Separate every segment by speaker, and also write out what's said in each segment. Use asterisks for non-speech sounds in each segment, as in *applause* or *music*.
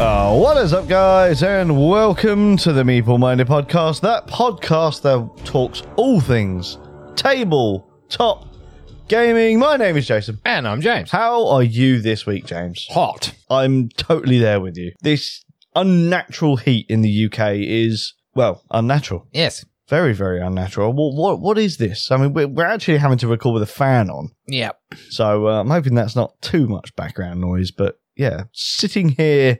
Speaker 1: Uh, What is up, guys, and welcome to the Meeple Minded Podcast, that podcast that talks all things table top gaming. My name is Jason.
Speaker 2: And I'm James.
Speaker 1: How are you this week, James?
Speaker 2: Hot.
Speaker 1: I'm totally there with you. This unnatural heat in the UK is, well, unnatural.
Speaker 2: Yes.
Speaker 1: Very, very unnatural. What, what, what is this? I mean, we're, we're actually having to record with a fan on.
Speaker 2: Yeah.
Speaker 1: So uh, I'm hoping that's not too much background noise, but yeah, sitting here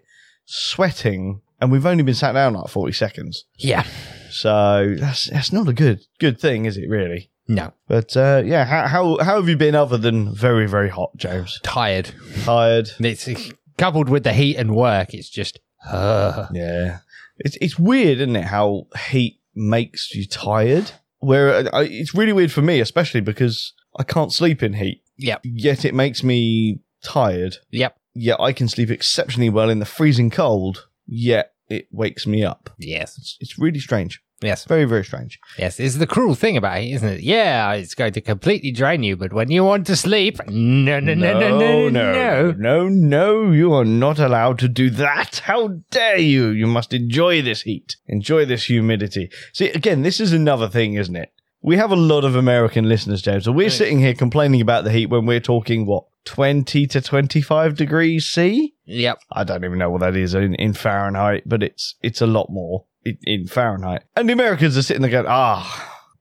Speaker 1: sweating, and we've only been sat down like 40 seconds.
Speaker 2: Yeah.
Speaker 1: So that's that's not a good good thing, is it really?
Speaker 2: No.
Speaker 1: But uh, yeah, how, how how have you been other than very very hot, James?
Speaker 2: Tired.
Speaker 1: Tired.
Speaker 2: It's coupled with the heat and work. It's just. Uh,
Speaker 1: Yeah, it's it's weird, isn't it? How heat makes you tired. Where I, it's really weird for me, especially because I can't sleep in heat.
Speaker 2: Yep.
Speaker 1: Yet it makes me tired.
Speaker 2: yep.
Speaker 1: yet I can sleep exceptionally well in the freezing cold, yet it wakes me up.
Speaker 2: Yes.
Speaker 1: It's, it's really strange.
Speaker 2: Yes.
Speaker 1: Very, very strange.
Speaker 2: Yes. It's the cruel thing about it, isn't it? Yeah, it's going to completely drain you, but when you want to sleep, no, no, no, no, no,
Speaker 1: no, no, no, you are not allowed to do that. How dare you? You must enjoy this heat, enjoy this humidity. See, again, this is another thing, isn't it? We have a lot of American listeners, James, so we're
Speaker 2: Yes.
Speaker 1: sitting here complaining about the heat when we're talking, what, 20 to 25 degrees C?
Speaker 2: Yep.
Speaker 1: I don't even know what that is in, in Fahrenheit, but it's it's a lot more in, in Fahrenheit. And the Americans are sitting there going, ah,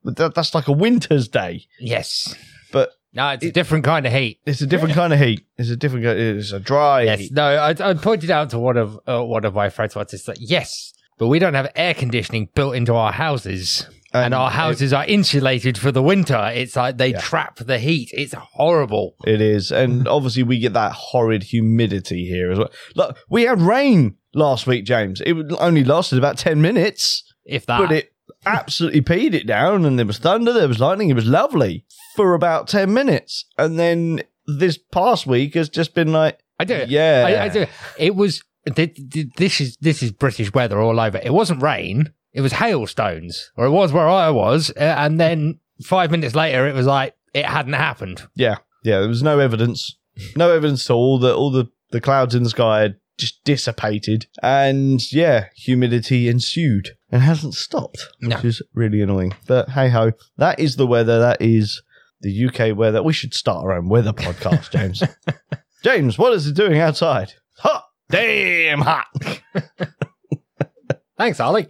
Speaker 1: but that, that's like a winter's day.
Speaker 2: Yes.
Speaker 1: But-
Speaker 2: No, it's a different kind of heat.
Speaker 1: It's a different kind of heat. It's a different. kind- It's a dry
Speaker 2: Yes.
Speaker 1: heat.
Speaker 2: No, I, I pointed out to one of uh, one of my friends once. It's like, yes, but we don't have air conditioning built into our houses, and,
Speaker 1: And
Speaker 2: our
Speaker 1: it-
Speaker 2: houses are insulated for the winter. It's like they
Speaker 1: Yeah.
Speaker 2: trap the heat. It's horrible.
Speaker 1: It is,
Speaker 2: Mm-hmm.
Speaker 1: and obviously we get that horrid humidity here as well. Look, we had rain last week, James. It would- only lasted about ten minutes,
Speaker 2: If that,
Speaker 1: but it absolutely peed it down. And there was thunder, there was lightning. It was lovely for about ten minutes, and then this past week has just been like,
Speaker 2: I do. Yeah,
Speaker 1: yeah,
Speaker 2: I, I do. It was. th- th- This is this is British weather all over. It wasn't rain. It was hailstones, or it was where I was, uh, and then five minutes later, it was like it hadn't happened.
Speaker 1: Yeah, there was no evidence, no evidence at all that all the the clouds in the sky had just dissipated, and yeah, humidity ensued and hasn't stopped,
Speaker 2: No.
Speaker 1: which is really annoying. But hey ho, that is the weather. That is the UK weather. We should start our own weather podcast,
Speaker 2: *laughs*
Speaker 1: James. James, what is it doing outside? Hot, damn *laughs* hot.
Speaker 2: Thanks, Ollie.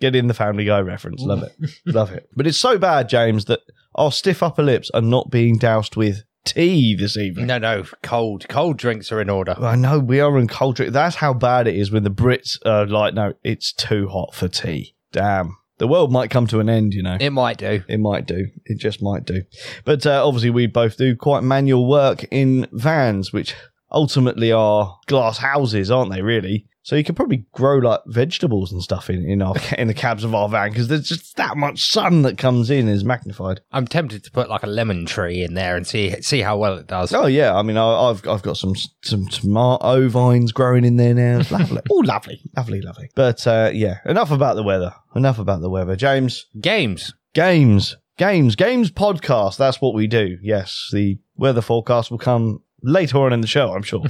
Speaker 1: Get in the Family Guy reference. Love it, love it. But it's so bad, James, that our stiff upper lips are not being doused with tea this evening.
Speaker 2: No, no, cold, cold drinks are in order.
Speaker 1: I know we are in culture. That's how bad it is when the Brits are like, no, it's too hot for tea. Damn. The world might come to an end, you know.
Speaker 2: It might do.
Speaker 1: It might do. It just might do. But uh, obviously, we both do quite manual work in vans, which ultimately are glass houses, aren't they? Really. So you could probably grow like vegetables and stuff in in, our, *laughs* in the cabs of our van because there's just that much sun that comes in is magnified.
Speaker 2: I'm tempted to put like a lemon tree in there and see see how well it does.
Speaker 1: Oh yeah, I mean, I, I've I've got some some tomato vines growing in there now. It's *laughs* lovely. oh, lovely, lovely, lovely. But uh, yeah, enough about the weather. Enough about the weather, James.
Speaker 2: Games.
Speaker 1: Games, games, games podcast. That's what we do. Yes, the weather forecast will come later on in the show. I'm sure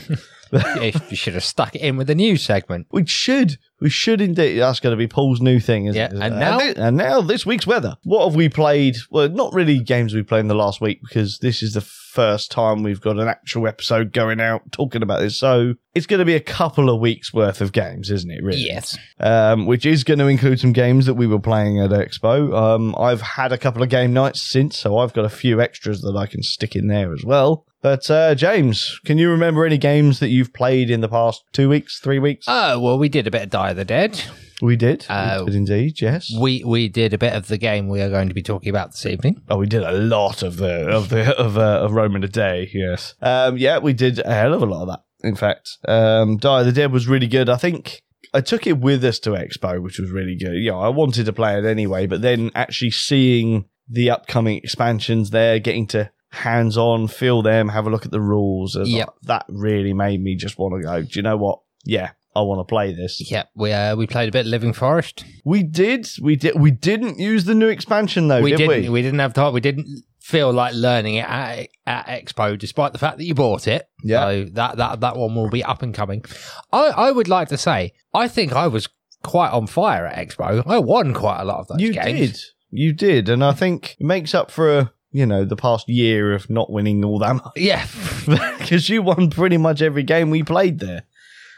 Speaker 2: you you should have stuck it in with the news segment.
Speaker 1: we should. We should indeed. That's going to be Paul's new thing, isn't
Speaker 2: Yeah,
Speaker 1: it? Isn't
Speaker 2: and
Speaker 1: it?
Speaker 2: now-
Speaker 1: thi- and now this week's weather. What have we played? Well, not really games we played in the last week because this is the first time we've got an actual episode going out talking about this. So it's going to be a couple of weeks worth of games, isn't it? Really?
Speaker 2: Yes.
Speaker 1: Um, which is going to include some games that we were playing at Expo. Um, I've had a couple of game nights since, so I've got a few extras that I can stick in there as well. But uh, James, can you remember any games that you've played in the past two weeks, three weeks?
Speaker 2: Oh well, we did a bit of Die of the Dead.
Speaker 1: We did.
Speaker 2: Uh,
Speaker 1: we did indeed, yes.
Speaker 2: We we did a bit of the game we are going to be talking about this evening.
Speaker 1: oh, we did a lot of the of the of uh, of Rome in a day. Yes. Um. Yeah, we did a hell of a lot of that. In fact, um, Die of the Dead was really good. I think I took it with us to Expo, which was really good. Yeah, I wanted to play it anyway, but then actually seeing the upcoming expansions there, getting to hands on, feel them, have a look at the rules, and
Speaker 2: Yep.
Speaker 1: that really made me just want to go. Do you know what? Yeah, I want to play this.
Speaker 2: Yeah, we uh, we played a bit of Living Forest.
Speaker 1: We did. We did. We didn't use the new expansion though,
Speaker 2: we
Speaker 1: Oh, did
Speaker 2: didn't
Speaker 1: we?
Speaker 2: we? didn't have time. We didn't feel like learning it at, at Expo, despite the fact that you bought it.
Speaker 1: Yeah.
Speaker 2: So that that that one will be up and coming. I I would like to say I think I was quite on fire at Expo. I won quite a lot of those
Speaker 1: you
Speaker 2: games.
Speaker 1: did. You did. And I think it makes up for, you know, the past year of not winning all that *laughs* much.
Speaker 2: Yeah. *laughs*
Speaker 1: because you won pretty much every game we played there.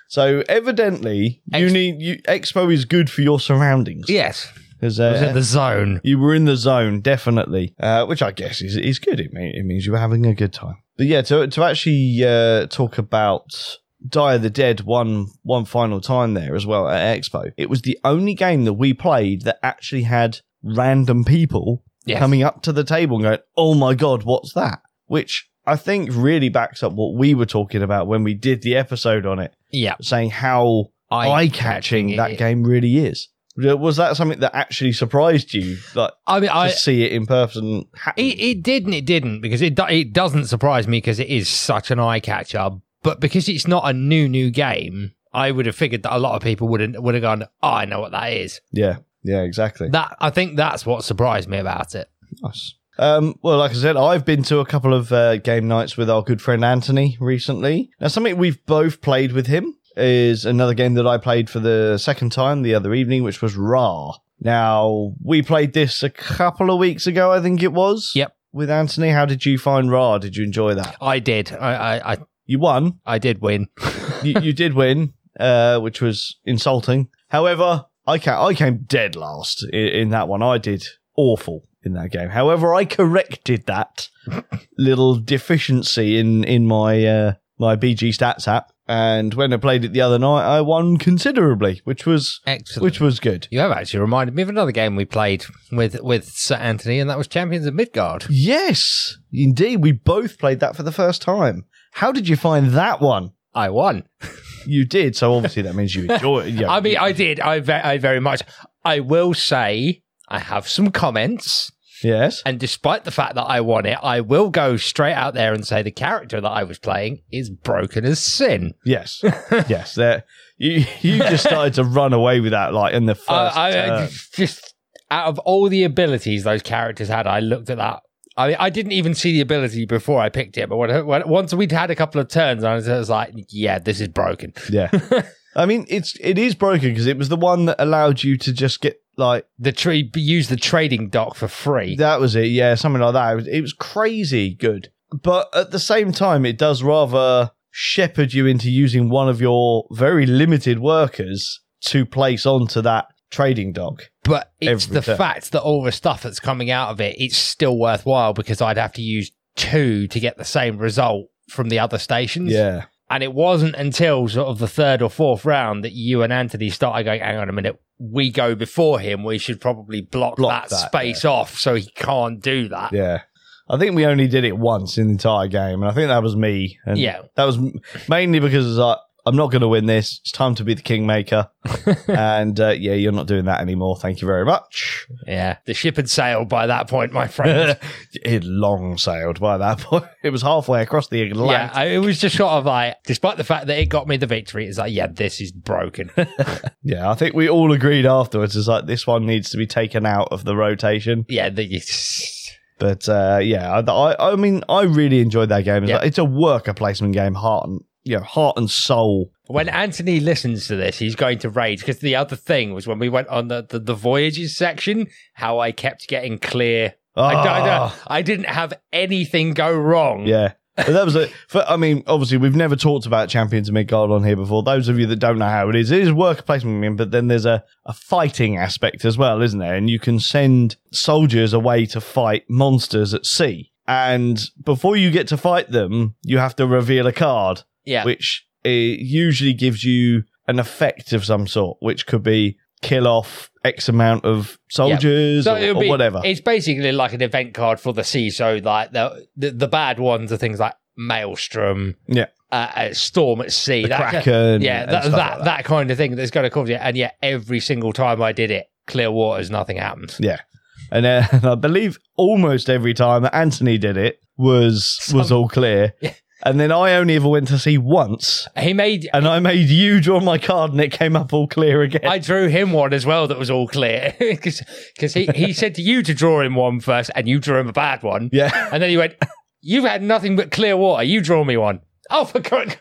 Speaker 1: So evidently, you
Speaker 2: Ex-
Speaker 1: need you, Expo is good for your surroundings
Speaker 2: yes.
Speaker 1: because
Speaker 2: I was in the zone.
Speaker 1: you were in the zone definitely, uh, which I guess is is good. It, mean, it means you were having a good time. But yeah, to to actually uh, talk about Die of the Dead one one final time there as well at Expo, it was the only game that we played that actually had random people
Speaker 2: Yes.
Speaker 1: coming up to the table and going, "Oh my god, what's that?" Which I think really backs up what we were talking about when we did the episode on it,
Speaker 2: Yeah.
Speaker 1: saying how eye-catching
Speaker 2: it-
Speaker 1: that game really is. Was that something that actually surprised you, like
Speaker 2: I mean,
Speaker 1: to
Speaker 2: I,
Speaker 1: see it in person? happen?
Speaker 2: It, it did and it didn't because it do- it doesn't surprise me because it is such an eye catcher. But because it's not a new new game, I would have figured that a lot of people would have would have gone, oh, I know what that is.
Speaker 1: yeah, yeah, exactly.
Speaker 2: That I think that's what surprised me about it.
Speaker 1: Nice. Um, well, like I said, I've been to a couple of uh, game nights with our good friend Anthony recently. Now, something we've both played with him is another game that I played for the second time the other evening, which was Ra. Now, we played this a couple of weeks ago, I think it was.
Speaker 2: Yep.
Speaker 1: With Anthony, how did you find Ra? Did you enjoy that?
Speaker 2: I did. I I I,
Speaker 1: You won.
Speaker 2: I did win.
Speaker 1: you, you did win, uh, which was insulting. However, I came, I came dead last in, in that one. I did awful in that game. However, I corrected
Speaker 2: *laughs*
Speaker 1: that little deficiency in in my uh, my BG Stats app, and when I played it the other night, I won considerably, which was
Speaker 2: Excellent.
Speaker 1: which was good.
Speaker 2: you have actually reminded me of another game we played with with Sir Anthony, and that was Champions of Midgard.
Speaker 1: Yes, indeed, we both played that for the first time. How did you find that one?
Speaker 2: I won.
Speaker 1: You did, so obviously that means
Speaker 2: *laughs*
Speaker 1: you enjoyed. Yeah,
Speaker 2: I mean, I did. I ve- I very much. I will say I have some comments.
Speaker 1: yes,
Speaker 2: And despite the fact that I won it, I will go straight out there and say the character that I was playing is broken as sin.
Speaker 1: Yes, yes. There, you you just started to run away with that, like in the first. uh,
Speaker 2: I, I-
Speaker 1: turn.
Speaker 2: just out of all the abilities those characters had, I looked at that. I mean, I didn't even see the ability before I picked it, but when, when, once we'd had a couple of turns, I was, I was like, "Yeah, this is broken."
Speaker 1: yeah.
Speaker 2: *laughs*
Speaker 1: I mean, it's it is broken because it was the one that allowed you to just get like
Speaker 2: The tree use the trading dock for free.
Speaker 1: that was it, yeah, something like that. It was, it was crazy good, but at the same time, it does rather shepherd you into using one of your very limited workers to place onto that trading dock.
Speaker 2: but it's
Speaker 1: Every
Speaker 2: the
Speaker 1: turn.
Speaker 2: fact that all the stuff that's coming out of it, it's still worthwhile because I'd have to use two to get the same result from the other stations.
Speaker 1: Yeah,
Speaker 2: And it wasn't until sort of the third or fourth round that you and Anthony started going, hang on a minute, we go before him. We should probably block,
Speaker 1: Block
Speaker 2: that,
Speaker 1: that,
Speaker 2: space off so he can't do that.
Speaker 1: yeah. I think we only did it once in the entire game, and I think that was me. And
Speaker 2: Yeah.
Speaker 1: That was m- mainly because it's like, I'm not going to win this. It's time to be the
Speaker 2: *laughs*
Speaker 1: kingmaker. and uh, yeah, you're not doing that anymore. Thank you very
Speaker 2: *laughs*
Speaker 1: much.
Speaker 2: Yeah. The ship had sailed by that point, my friend.
Speaker 1: *laughs* it had long sailed by that *laughs* point. It was halfway across the
Speaker 2: yeah.
Speaker 1: Atlantic.
Speaker 2: I, it was just sort of like, despite the fact that it got me the victory, it's like, yeah, this
Speaker 1: *laughs*
Speaker 2: is broken.
Speaker 1: Yeah. I think we all agreed afterwards. It's like this one needs to be taken out of the rotation.
Speaker 2: yeah. The,
Speaker 1: But uh, yeah, I, I, I mean, I really enjoyed that game. It's,
Speaker 2: Yeah.
Speaker 1: like- it's a worker placement game, heart and you know, heart and soul.
Speaker 2: When Anthony listens to this, he's going to rage because the other thing was when we went on the, the, the voyages section, how I kept getting clear. I, don't- I don't-
Speaker 1: Ah,
Speaker 2: I didn't have anything go wrong.
Speaker 1: Mm. Yeah. But that was a, for, I mean, obviously, we've never talked about Champions of Midgard on here before. Those of you that don't know how it is, it is worker placement, game, but then there's a, a fighting aspect as well, isn't there? And you can send soldiers away to fight monsters at sea. And before you get to fight them, you have to reveal a card,
Speaker 2: Yeah.
Speaker 1: which uh usually gives you an effect of some sort, which could be kill off X amount of soldiers
Speaker 2: So
Speaker 1: or,
Speaker 2: it'll
Speaker 1: or
Speaker 2: be-
Speaker 1: whatever.
Speaker 2: It's basically like an event card for the sea. So like the the, the bad ones are things like Maelstrom,
Speaker 1: Yeah.
Speaker 2: uh, uh, Storm at Sea,
Speaker 1: the
Speaker 2: that-
Speaker 1: Kraken.
Speaker 2: yeah,
Speaker 1: and
Speaker 2: that, that,
Speaker 1: stuff like
Speaker 2: that kind of thing that's going to cause you. And yet, every single time I did it, clear waters, nothing happens.
Speaker 1: and *laughs* uh, I believe almost every time that Anthony did it was was all clear. And then I only ever went to see once,
Speaker 2: He made.
Speaker 1: and I made you draw my card, and it came up all clear again. *laughs*
Speaker 2: I drew him one as well that was all clear *laughs* because he, he said to you to draw him one first and you drew him a bad one.
Speaker 1: yeah.
Speaker 2: And then he went, You've had nothing but clear water. You draw me one. Oh, for God.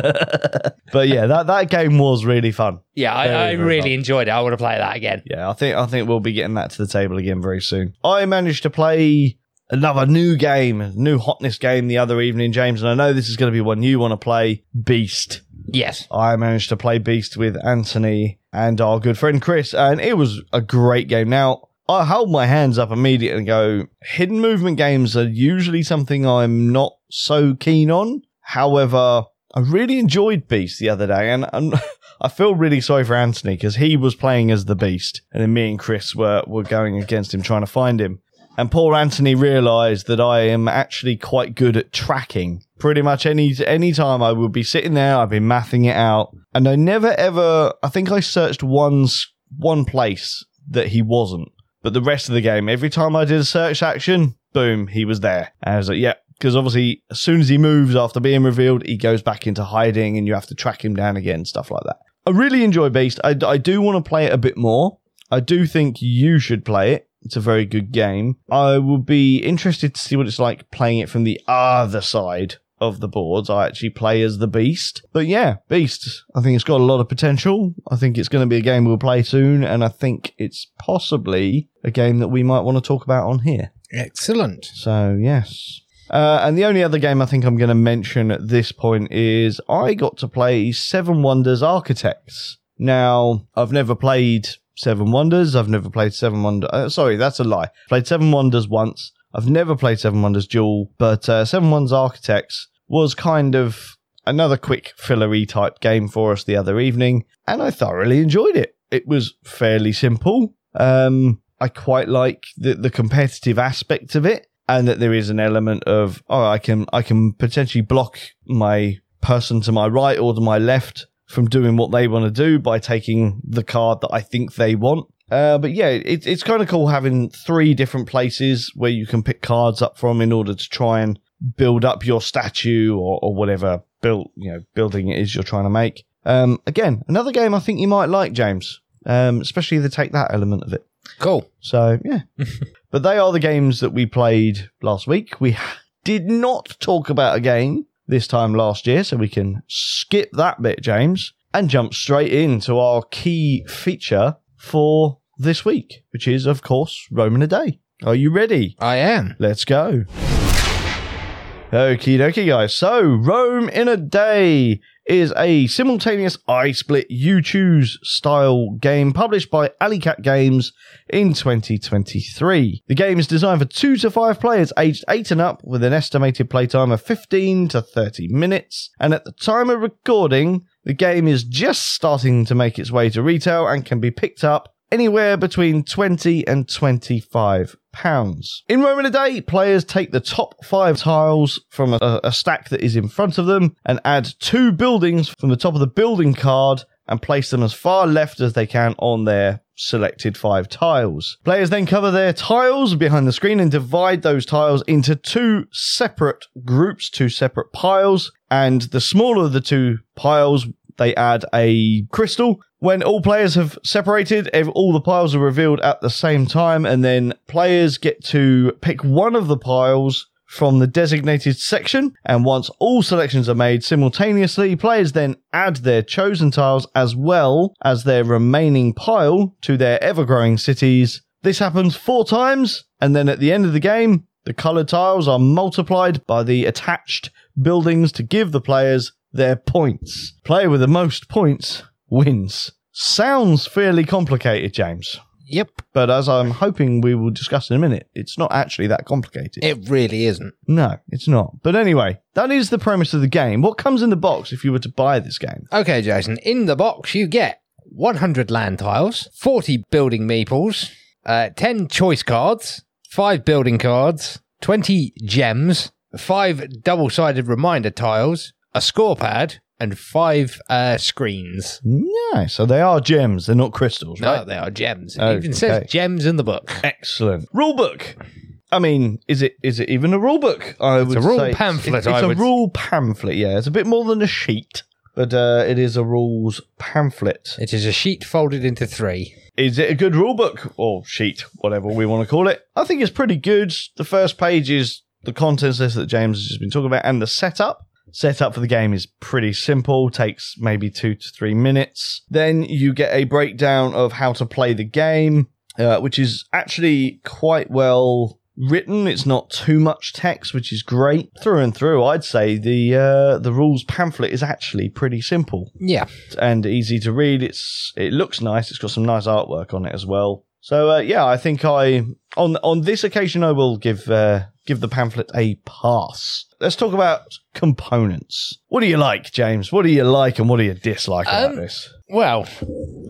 Speaker 1: but yeah, that, that game was really fun.
Speaker 2: Yeah, I,
Speaker 1: Very,
Speaker 2: I
Speaker 1: very
Speaker 2: really
Speaker 1: well.
Speaker 2: enjoyed it. I want to play that again.
Speaker 1: Yeah, I think I think we'll be getting that to the table again very soon. I managed to play another new game, new hotness game the other evening, James, and I know this is going to be one you want to play, Beast.
Speaker 2: Yes.
Speaker 1: I managed to play Beast with Anthony and our good friend Chris, and it was a great game. Now, I hold my hands up immediately and go, hidden movement games are usually something I'm not so keen on. However, I really enjoyed Beast the other day, and, and *laughs* I feel really sorry for Anthony because he was playing as the Beast, and then me and Chris were, were going against him trying to find him. And poor Anthony realised that I am actually quite good at tracking. Pretty much any any time I would be sitting there, I'd be mathing it out, and I never ever. I think I searched one's one place that he wasn't, but the rest of the game, every time I did a search action, boom, he was there. And I was like, yep. because obviously, as soon as he moves after being revealed, he goes back into hiding, and you have to track him down again, stuff like that. I really enjoy Beast. I, I do want to play it a bit more. I do think you should play it. It's a very good game. I would be interested to see what it's like playing it from the other side of the boards. I actually play as the Beast. But yeah, Beast. I think it's got a lot of potential. I think it's going to be a game we'll play soon. And I think it's possibly a game that we might want to talk about on here.
Speaker 2: Excellent.
Speaker 1: So yes. Uh, and the only other game I think I'm going to mention at this point is I got to play Seven Wonders Architects. Now I've never played Seven Wonders. I've never played Seven Wonders. Uh, sorry, that's a lie. Played Seven Wonders once. I've never played Seven Wonders Duel, but uh, Seven Wonders Architects was kind of another quick fillery type game for us the other evening, and I thoroughly enjoyed it. It was fairly simple. Um, I quite like the, the competitive aspect of it, and that there is an element of oh, I can I can potentially block my person to my right or to my left from doing what they want to do by taking the card that I think they want. Uh, but yeah, it, it's kind of cool having three different places where you can pick cards up from in order to try and build up your statue or, or whatever built you know building it is you're trying to make. Um, again, another game I think you might like, James, um, especially the take that element of it.
Speaker 2: Cool.
Speaker 1: So yeah, but they are the games that we played last week. We did not talk about a game this time last year, so we can skip that bit, James, and jump straight into our key feature for this week, which is of course Roman a day. Are you ready?
Speaker 2: I am.
Speaker 1: Let's go. Okie dokie, guys. So, Rome in a Day is a simultaneous I split you choose style game published by Alleycat Games in 2023. The game is designed for two to five players aged eight and up with an estimated playtime of 15 to 30 minutes. And at the time of recording, the game is just starting to make its way to retail and can be picked up anywhere between 20 and 25 pounds. In Roman a Day, players take the top five tiles from a, a stack that is in front of them and add two buildings from the top of the building card and place them as far left as they can on their selected five tiles. Players then cover their tiles behind the screen and divide those tiles into two separate groups, two separate piles, and the smaller of the two piles they add a crystal. When all players have separated, ev- all the piles are revealed at the same time, and then players get to pick one of the piles from the designated section. And once all selections are made simultaneously, players then add their chosen tiles as well as their remaining pile to their ever growing cities. This happens four times, and then at the end of the game, the coloured tiles are multiplied by the attached buildings to give the players their points. Player with the most points wins. Sounds fairly complicated, James.
Speaker 2: Yep.
Speaker 1: But as I'm hoping we will discuss in a minute, it's not actually that complicated.
Speaker 2: It really isn't.
Speaker 1: No, it's not. But anyway, that is the premise of the game. What comes in the box if you were to buy this game?
Speaker 2: Okay, Jason. In the box, you get 100 land tiles, 40 building meeples, uh, 10 choice cards, 5 building cards, 20 gems, 5 double sided reminder tiles, a score pad, and 5 uh, screens.
Speaker 1: No, so they are gems. They're not crystals,
Speaker 2: No,
Speaker 1: right?
Speaker 2: they are gems. It
Speaker 1: Oh,
Speaker 2: even says
Speaker 1: okay.
Speaker 2: gems in the book.
Speaker 1: Excellent. Rulebook. I mean, is it is it even a rule book? I
Speaker 2: It's a
Speaker 1: would
Speaker 2: rule
Speaker 1: say it's-
Speaker 2: pamphlet,
Speaker 1: It's,
Speaker 2: I
Speaker 1: it's a
Speaker 2: would-
Speaker 1: rule pamphlet. Yeah, it's a bit more than a sheet, but uh, it is a rules pamphlet.
Speaker 2: It is a sheet folded into three.
Speaker 1: Is it a good rule book or sheet, whatever we want to call it? I think it's pretty good. The first page is the contents list that James has just been talking about and the setup. Setup for the game is pretty simple, takes maybe two to three minutes. Then you get a breakdown of how to play the game, uh, which is actually quite well written. It's not too much text, which is great. Through and through, I'd say the uh, the rules pamphlet is actually pretty simple
Speaker 2: Yeah.
Speaker 1: and easy to read. It's it looks nice. It's got some nice artwork on it as well. So uh, yeah, I think I on on this occasion I will give uh, give the pamphlet a pass. Let's talk about components. What do you like, James? What do you like and what do you dislike about
Speaker 2: Um,
Speaker 1: this?
Speaker 2: Well,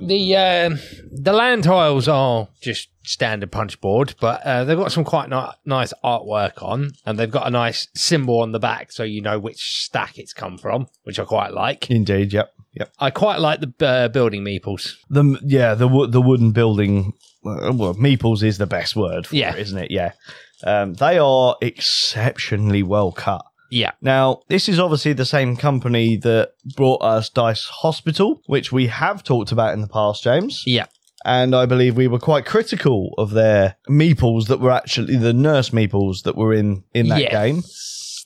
Speaker 2: the um the land tiles are just standard punch board, but uh, they've got some quite ni- nice artwork on, and they've got a nice symbol on the back, so you know which stack it's come from, which I quite like.
Speaker 1: Indeed, yep, yep.
Speaker 2: I quite like the uh, building meeples.
Speaker 1: The yeah the wo- the wooden building. uh, Well, meeples is the best word for
Speaker 2: Yeah.
Speaker 1: it, isn't it? Yeah, um, they are exceptionally well cut.
Speaker 2: Yeah,
Speaker 1: Now, this is obviously the same company that brought us Dice Hospital, which we have talked about in the past, James.
Speaker 2: yeah,
Speaker 1: And I believe we were quite critical of their meeples that were actually the nurse meeples that were in in that
Speaker 2: Yes,
Speaker 1: game.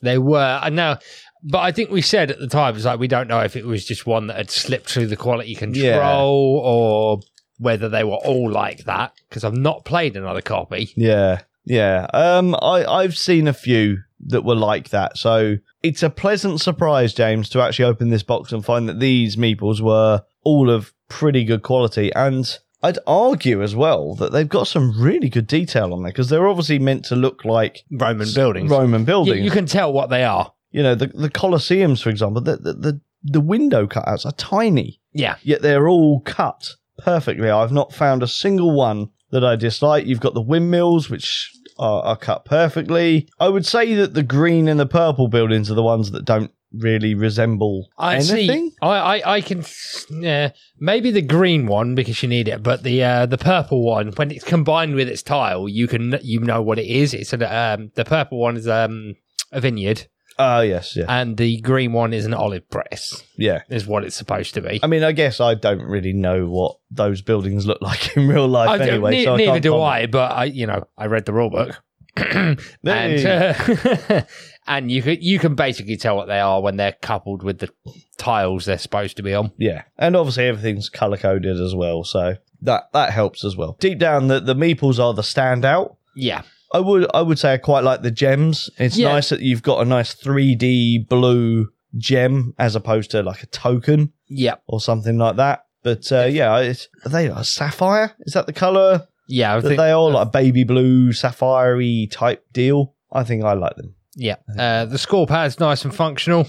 Speaker 2: They were. I know. But I think we said at the time, it's like we don't know if it was just one that had slipped through the quality control
Speaker 1: Yeah.
Speaker 2: or whether they were all like that. Because I've not played another copy.
Speaker 1: Yeah, yeah. Um, I I've seen a few that were like that, so it's a pleasant surprise, James, to actually open this box and find that these meeples were all of pretty good quality, and I'd argue as well that they've got some really good detail on there because they're obviously meant to look like
Speaker 2: Roman buildings.
Speaker 1: Roman
Speaker 2: You,
Speaker 1: buildings.
Speaker 2: you
Speaker 1: You,
Speaker 2: can tell what they are.
Speaker 1: know, the the Colosseums, for example, the the, the the window cutouts are tiny,
Speaker 2: Yeah.
Speaker 1: yet they're all cut perfectly. I've not found a single one that I dislike. You've got the windmills, which are, are cut perfectly. I would say that the green and the purple buildings are the ones that don't really resemble
Speaker 2: I
Speaker 1: anything.
Speaker 2: see. I, I, I can. Yeah, maybe the green one because you need it, but the uh, the purple one when it's combined with its tile, you can you know what it is. It's a, um, the purple one is um, a vineyard,
Speaker 1: Oh yes, yeah,
Speaker 2: and the green one is an olive press.
Speaker 1: yeah.
Speaker 2: is what it's supposed to be.
Speaker 1: I mean, I guess I don't really know what those buildings look *laughs* like in real life
Speaker 2: I don't-
Speaker 1: anyway.
Speaker 2: ne-
Speaker 1: so I
Speaker 2: neither
Speaker 1: can't
Speaker 2: do
Speaker 1: comment.
Speaker 2: I, but I, you know, I read the rule book, *clears throat* and
Speaker 1: Hey.
Speaker 2: uh, *laughs* and you can you can basically tell what they are when they're coupled with the tiles they're supposed to be on.
Speaker 1: Yeah, and obviously everything's color coded as well, so that that helps as well. Deep down, the the meeples are the standout.
Speaker 2: Yeah,
Speaker 1: I would I would say I quite like the gems. It's
Speaker 2: Yeah.
Speaker 1: nice that you've got a nice three D blue gem as opposed to like a token
Speaker 2: yeah,
Speaker 1: or something like that. But uh, yeah, it's, are they a sapphire? Is that the color
Speaker 2: yeah. I
Speaker 1: that
Speaker 2: think,
Speaker 1: they are, like a baby blue sapphire type deal? I think I like them.
Speaker 2: yeah. Uh, the score pad's nice and functional.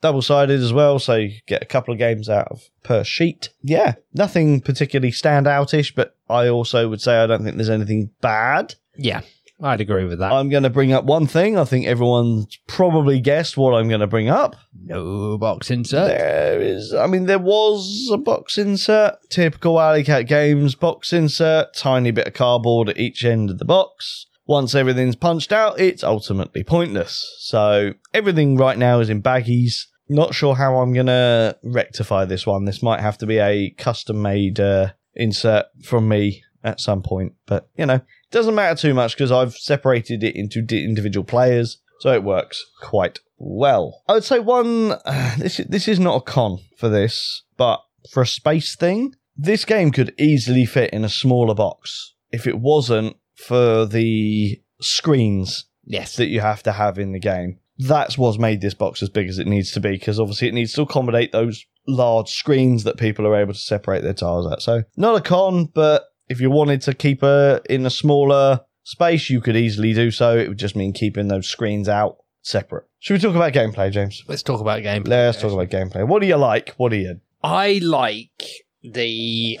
Speaker 1: double sided as well, so you get a couple of games out of per sheet. Yeah, nothing particularly standoutish, but I also would say I don't think there's anything bad.
Speaker 2: Yeah, I'd agree with that.
Speaker 1: I'm going to bring up one thing. I think everyone's probably guessed what I'm going to bring up.
Speaker 2: no box insert.
Speaker 1: There is, I mean, there was a box insert, typical Alley Cat Games box insert, tiny bit of cardboard at each end of the box. Once everything's punched out, it's ultimately pointless. So everything right now is in baggies. Not sure how I'm gonna rectify this one. This might have to be a custom made uh, insert from me at some point, but you know, it doesn't matter too much because I've separated it into di- individual players, so it works quite well. I would say one. *sighs* this is, this is not a con for this, but for a space thing, this game could easily fit in a smaller box if it wasn't for the screens
Speaker 2: Yes,
Speaker 1: that you have to have in the game. That's what's made this box as big as it needs to be because obviously it needs to accommodate those large screens that people are able to separate their tiles at. So, not a con, but if you wanted to keep her in a smaller space, you could easily do so. It would just mean keeping those screens out separate. Should we talk about gameplay, James?
Speaker 2: let's talk about gameplay.
Speaker 1: Let's talk about gameplay. What do you like? What do you.
Speaker 2: I like the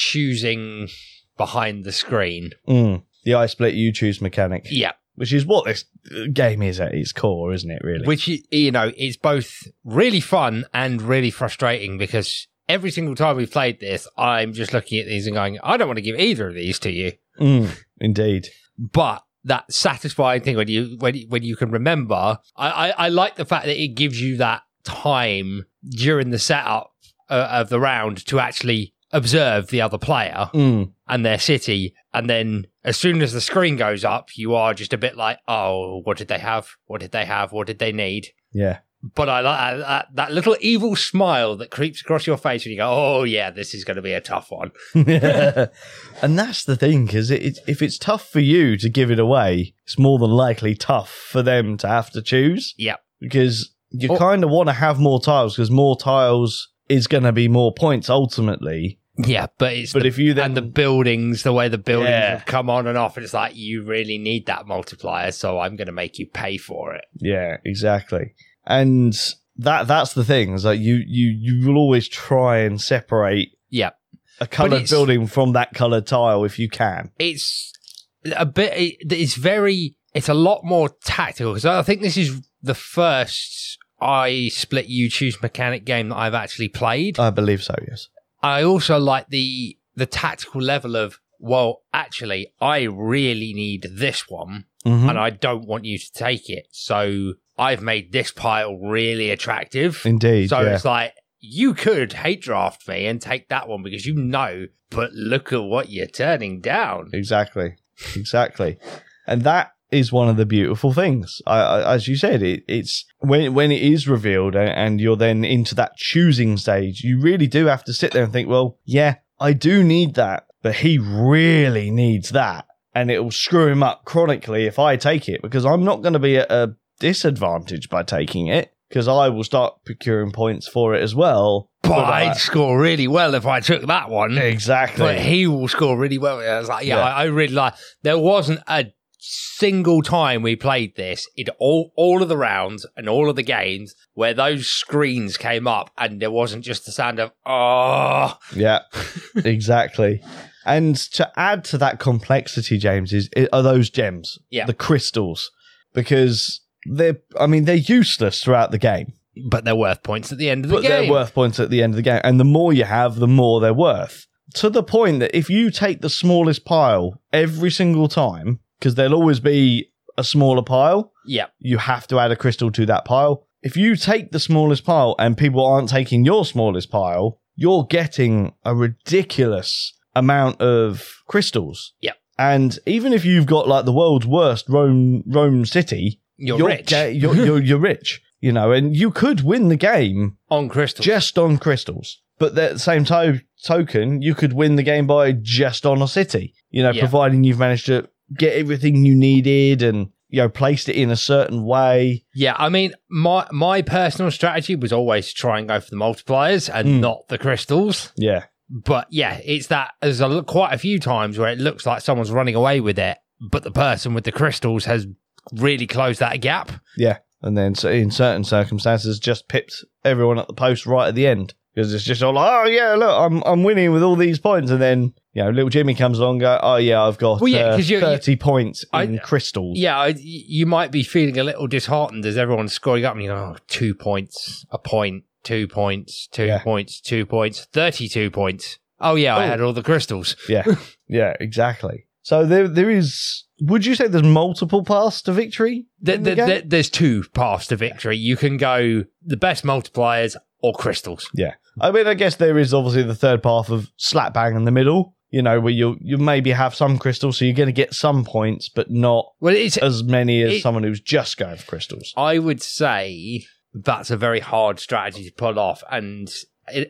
Speaker 2: choosing behind the screen.
Speaker 1: Mm, the I split, you choose mechanic,
Speaker 2: Yeah.
Speaker 1: which is what this uh, game is at its core, isn't it, really?
Speaker 2: Which y- you know is both really fun and really frustrating because every single time we've played this, I'm just looking at these and going, I don't want to give either of these to you.
Speaker 1: Mm, indeed.
Speaker 2: But that satisfying thing when you when you- when you can remember. I I, I like the fact that it gives you that time during the setup uh, of the round to actually observe the other player
Speaker 1: Mm.
Speaker 2: and their city. And then as soon as the screen goes up, you are just a bit like, oh, what did they have? What did they have? What did they need?
Speaker 1: Yeah.
Speaker 2: But I like that, that little evil smile that creeps across your face when you go, oh, yeah, this is going to be a tough one.
Speaker 1: *laughs* and that's the thing, because it, it, if it's tough for you to give it away, it's more than likely tough for them to have to choose.
Speaker 2: Yep.
Speaker 1: Because you
Speaker 2: Oh.
Speaker 1: kind of want to have more tiles, because more tiles is going to be more points ultimately.
Speaker 2: Yeah, but it's.
Speaker 1: But
Speaker 2: the-
Speaker 1: if you then
Speaker 2: and the buildings, the way the buildings
Speaker 1: Yeah.
Speaker 2: have come on and off, it's like you really need that multiplier, so I'm going to make you pay for it.
Speaker 1: Yeah, exactly. And that that's the thing is like you you you will always try and separate
Speaker 2: Yeah,
Speaker 1: a coloured
Speaker 2: it's-
Speaker 1: building from that coloured tile if you can.
Speaker 2: it's a bit it- it's very it's a lot more tactical because i think this is the first i split you choose mechanic game that i've actually played
Speaker 1: I believe so. Yes.
Speaker 2: i also like the the tactical level of well actually i really need this one
Speaker 1: Mhm.
Speaker 2: and i don't want you to take it so i've made this pile really attractive
Speaker 1: Indeed.
Speaker 2: so
Speaker 1: yeah.
Speaker 2: it's like you could hate draft me and take that one because you know but look at what you're turning down
Speaker 1: Exactly. Exactly. and that is one of the beautiful things. I, I, as you said, it, it's when when it is revealed and, and you're then into that choosing stage, you really do have to sit there and think, well, yeah, I do need that, but he really needs that. And it will screw him up chronically if I take it because I'm not going to be at a disadvantage by taking it because I will start procuring points for it as well.
Speaker 2: but, I'd
Speaker 1: I-
Speaker 2: score really well if I took that one. *laughs*
Speaker 1: exactly.
Speaker 2: But he will score really well. I was like, yeah,
Speaker 1: Yeah.
Speaker 2: I, I really like. There wasn't a single time we played this in all all of the rounds and all of the games where those screens came up and there wasn't just the sound of oh *laughs*
Speaker 1: Yeah, exactly. And to add to that complexity, James, is are those gems,
Speaker 2: Yeah.
Speaker 1: the crystals, because they're, I mean, they're useless throughout the game,
Speaker 2: but they're worth points at the end of the
Speaker 1: but
Speaker 2: game
Speaker 1: they're worth points at the end of the game. And the more you have, the more they're worth. To the point that if you take the smallest pile every single time, because there'll always be a smaller pile,
Speaker 2: yeah
Speaker 1: you have to add a crystal to that pile. If you take the smallest pile and people aren't taking your smallest pile, you're getting a ridiculous amount of crystals.
Speaker 2: Yep.
Speaker 1: And even if you've got like the world's worst Rome Rome city,
Speaker 2: you're, rich
Speaker 1: ga-
Speaker 2: *laughs*
Speaker 1: you're, you're you're rich, you know, and you could win the game
Speaker 2: on crystal
Speaker 1: just on crystals. But at the same to- token, you could win the game by just on a city, you know,
Speaker 2: Yeah.
Speaker 1: providing you've managed to get everything you needed and, you know, placed it in a certain way.
Speaker 2: yeah i mean my my personal strategy was always to try and go for the multipliers and
Speaker 1: Mm.
Speaker 2: not the crystals
Speaker 1: Yeah.
Speaker 2: but yeah, it's that there's a lo- quite a few times where it looks like someone's running away with it, but the person with the crystals has really closed that gap.
Speaker 1: And then so in certain circumstances, just pipped everyone at the post right at the end. Because it's just all, oh, yeah, look, I'm, I'm winning with all these points. And then, you know, little Jimmy comes along and go, oh, yeah, I've got
Speaker 2: Well, yeah,
Speaker 1: uh,
Speaker 2: 'cause you're-
Speaker 1: 30 points
Speaker 2: I-
Speaker 1: in crystals.
Speaker 2: Yeah, I, you might be feeling a little disheartened as everyone's scoring up and you go, oh, two points, a point, two points, two
Speaker 1: Yeah.
Speaker 2: points, two points, 32 points. Oh, yeah, I
Speaker 1: Oh.
Speaker 2: had all the crystals.
Speaker 1: Yeah, exactly. So there, there is, would you say there's multiple paths to victory?
Speaker 2: There,
Speaker 1: in the
Speaker 2: there,
Speaker 1: game?
Speaker 2: there- there's two paths to victory. You can go the best multipliers or crystals.
Speaker 1: I mean, I guess there is obviously the third path of slap bang in the middle. You know, where you you maybe have some crystals, so you're going to get some points, but not
Speaker 2: Well, it's,
Speaker 1: as many as
Speaker 2: It-
Speaker 1: someone who's just going for crystals.
Speaker 2: I would say that's a very hard strategy to pull off, and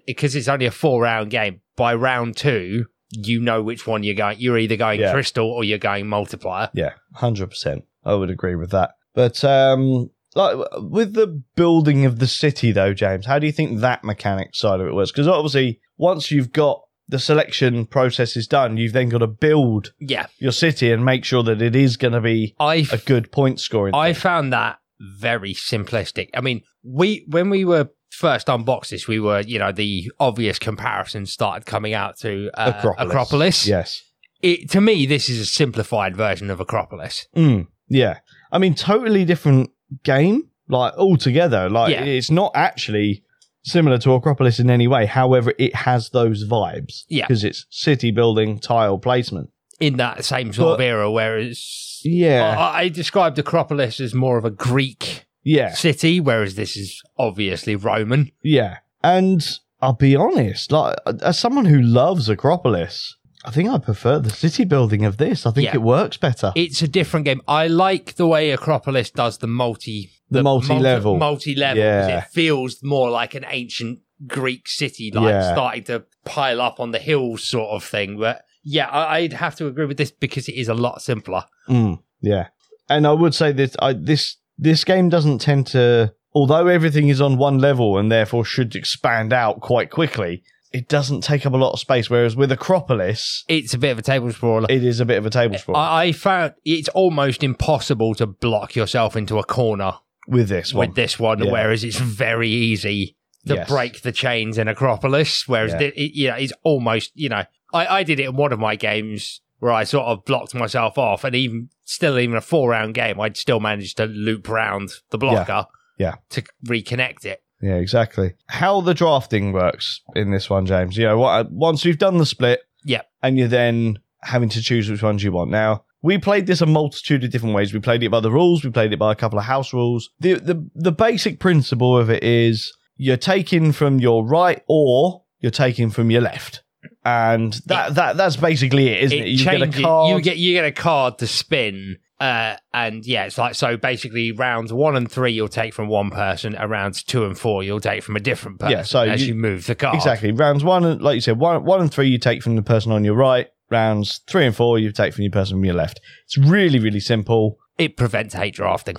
Speaker 2: because it's only a four round game, by round two, you know which one you're going. You're either going
Speaker 1: Yeah.
Speaker 2: crystal or you're going multiplier.
Speaker 1: Yeah, hundred percent. I would agree with that. But um, like with the building of the city, though, James, how do you think that mechanic side of it works? Because obviously, once you've got the selection process is done, you've then got to build
Speaker 2: Yeah,
Speaker 1: your city and make sure that it is going to be
Speaker 2: I
Speaker 1: a good point scoring.
Speaker 2: I found that very simplistic. I mean, we when we were first unboxed this, we were you know the obvious comparisons started coming out to uh,
Speaker 1: Acropolis. yes.
Speaker 2: It, to me, this is a simplified version of Acropolis.
Speaker 1: Mm, yeah. I mean, totally different game, like altogether. Like,
Speaker 2: Yeah.
Speaker 1: it's not actually similar to Acropolis in any way. However, it has those vibes.
Speaker 2: Yeah.
Speaker 1: Because it's city building, tile placement.
Speaker 2: in that same sort
Speaker 1: But-
Speaker 2: of era where it's It's
Speaker 1: Yeah.
Speaker 2: I, I described Acropolis as more of a Greek
Speaker 1: Yeah.
Speaker 2: city, whereas this is obviously Roman.
Speaker 1: Yeah. And I'll be honest, like as someone who loves Acropolis, I think I prefer the city building of this. I think
Speaker 2: Yeah.
Speaker 1: it works better.
Speaker 2: It's a different game. I like the way Acropolis does the multi
Speaker 1: the multi-level.
Speaker 2: multi level.
Speaker 1: Yeah.
Speaker 2: It feels more like an ancient Greek city, like
Speaker 1: Yeah.
Speaker 2: starting to pile up on the hills, sort of thing. But yeah, I, I'd have to agree with this because it is a lot simpler.
Speaker 1: Mm, yeah, and I would say that I, this this game doesn't tend to, although everything is on one level and therefore should expand out quite quickly. It doesn't take up a lot of space, whereas with Acropolis,
Speaker 2: It's a bit of a table sprawler.
Speaker 1: it is a bit of a table sprawl
Speaker 2: I, I found it's almost impossible to block yourself into a corner
Speaker 1: with this one.
Speaker 2: with this one,
Speaker 1: Yeah.
Speaker 2: whereas it's very easy to
Speaker 1: Yes.
Speaker 2: break the chains in Acropolis. Whereas,
Speaker 1: Yeah.
Speaker 2: thi- it, you know, it's almost, you know, I, I did it in one of my games where I sort of blocked myself off, and even still, even a four round game, I'd still managed to loop round the blocker
Speaker 1: Yeah.
Speaker 2: to reconnect it.
Speaker 1: Yeah, exactly. How the drafting works in this one, James. You know, what, once you've done the split,
Speaker 2: Yep.
Speaker 1: and you're then having to choose which ones you want. Now, we played this a multitude of different ways. We played it by the rules. We played it by a couple of house rules. the the The basic principle of it is you're taking from your right or you're taking from your left, and that that that's basically it, isn't it?
Speaker 2: it changes. You get you get a card to spin. Uh, and yeah, it's like so. Basically, rounds one and three you'll take from one person, and rounds two and four you'll take from a different person.
Speaker 1: Yeah, so
Speaker 2: as
Speaker 1: you-
Speaker 2: you, move the card,
Speaker 1: Exactly. Rounds one, and like you said, one, one and three you take from the person on your right. Rounds three and four you take from your person on your left. It's really, really simple.
Speaker 2: It prevents hate drafting.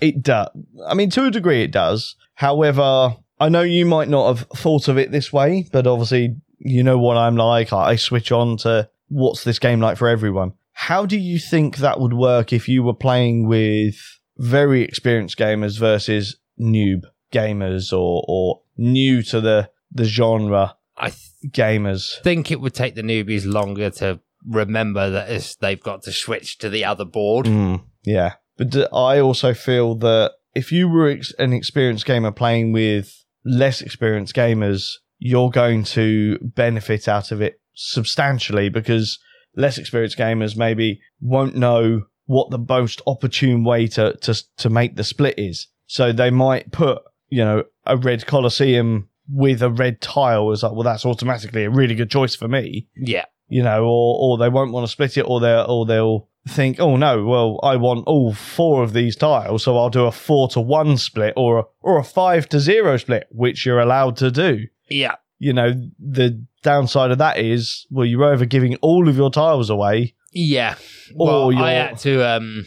Speaker 1: It does. I mean, to a degree, it does. However, I know you might not have thought of it this way, but obviously, you know what I'm like. I, I switch on to what's this game like for everyone. How do you think that would work if you were playing with very experienced gamers versus noob gamers or, or new to the, the genre
Speaker 2: I th-
Speaker 1: gamers?
Speaker 2: think it would take the newbies longer to remember that it's, they've got to switch to the other board.
Speaker 1: Mm, yeah. But d- I also feel that if you were ex- an experienced gamer playing with less experienced gamers, you're going to benefit out of it substantially because less experienced gamers maybe won't know what the most opportune way to, to, to make the split is. So they might put, you know, a red Colosseum with a red tile as like, well, that's automatically a really good choice for me
Speaker 2: Yeah,
Speaker 1: you know, or or they won't want to split it, or they will or they'll think, oh no, well I want all four of these tiles, so I'll do a four to one split or a, or a five to zero split, which you're allowed to do.
Speaker 2: yeah,
Speaker 1: You know, the downside of that is, well, you're either giving all of your tiles away,
Speaker 2: yeah.
Speaker 1: Or
Speaker 2: Well, I
Speaker 1: you're-
Speaker 2: had to um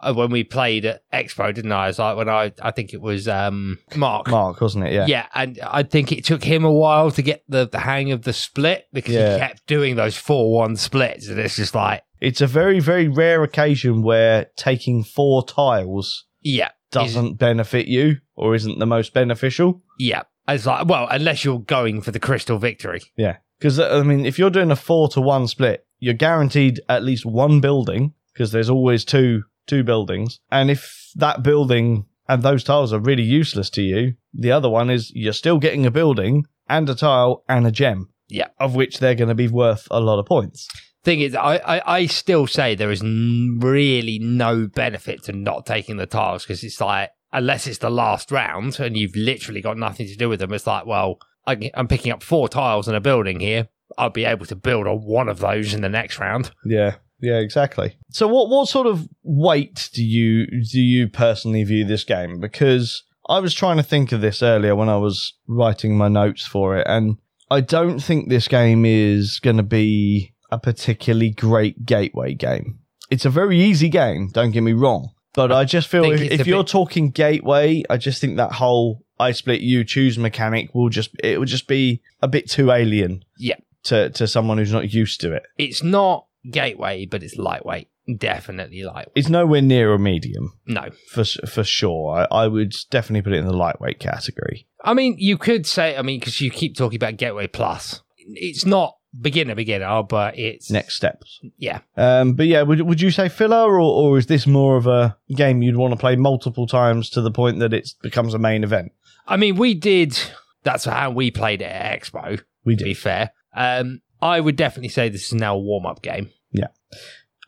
Speaker 2: uh, when we played at Expo, didn't I? It's like when I I think it was um Mark.
Speaker 1: Mark, wasn't it? Yeah,
Speaker 2: Yeah, and I think it took him a while to get the, the hang of the split because
Speaker 1: Yeah.
Speaker 2: he kept doing those four one splits, and it's just like,
Speaker 1: it's a very very rare occasion where taking four tiles
Speaker 2: yeah,
Speaker 1: doesn't benefit you or isn't the most beneficial.
Speaker 2: yeah. It's like, well, unless you're going for the crystal victory,
Speaker 1: Because I mean, if you're doing a four to one split, you're guaranteed at least one building because there's always two two buildings. And if that building and those tiles are really useless to you, the other one is you're still getting a building and a tile and a gem.
Speaker 2: Yeah.
Speaker 1: of which they're going to be worth a lot of points.
Speaker 2: thing is, I, I, I still say there is n- really no benefit to not taking the tiles because it's like, unless it's the last round and you've literally got nothing to do with them, it's like, well, I, can- I'm picking up four tiles in a building here. I'll be able to build on one of those in the next round.
Speaker 1: Yeah, yeah, exactly. So, what what sort of weight do you do you personally view this game? Because I was trying to think of this earlier when I was writing my notes for it, and I don't think this game is going to be a particularly great gateway game. It's a very easy game, don't get me wrong, but I just feel
Speaker 2: Think
Speaker 1: if,
Speaker 2: it's
Speaker 1: if
Speaker 2: a
Speaker 1: you're
Speaker 2: bit-
Speaker 1: talking gateway, I just think that whole I split you choose mechanic will just it will just be a bit too alien.
Speaker 2: Yeah.
Speaker 1: To, to someone who's not used to it.
Speaker 2: It's not gateway, but it's lightweight. Definitely lightweight.
Speaker 1: It's nowhere near a medium.
Speaker 2: No.
Speaker 1: for for sure. I, I would definitely put it in the lightweight category.
Speaker 2: I mean, you could say, I mean, because you keep talking about Gateway Plus. It's not beginner, beginner, but it's.
Speaker 1: Next steps.
Speaker 2: Yeah.
Speaker 1: Um, but yeah, would would you say filler, or, or is this more of a game you'd want to play multiple times to the point that it becomes a main event?
Speaker 2: I mean, we did. That's how we played it at Expo,
Speaker 1: We
Speaker 2: to be
Speaker 1: do,
Speaker 2: fair. Um, I would definitely say this is now a warm up game.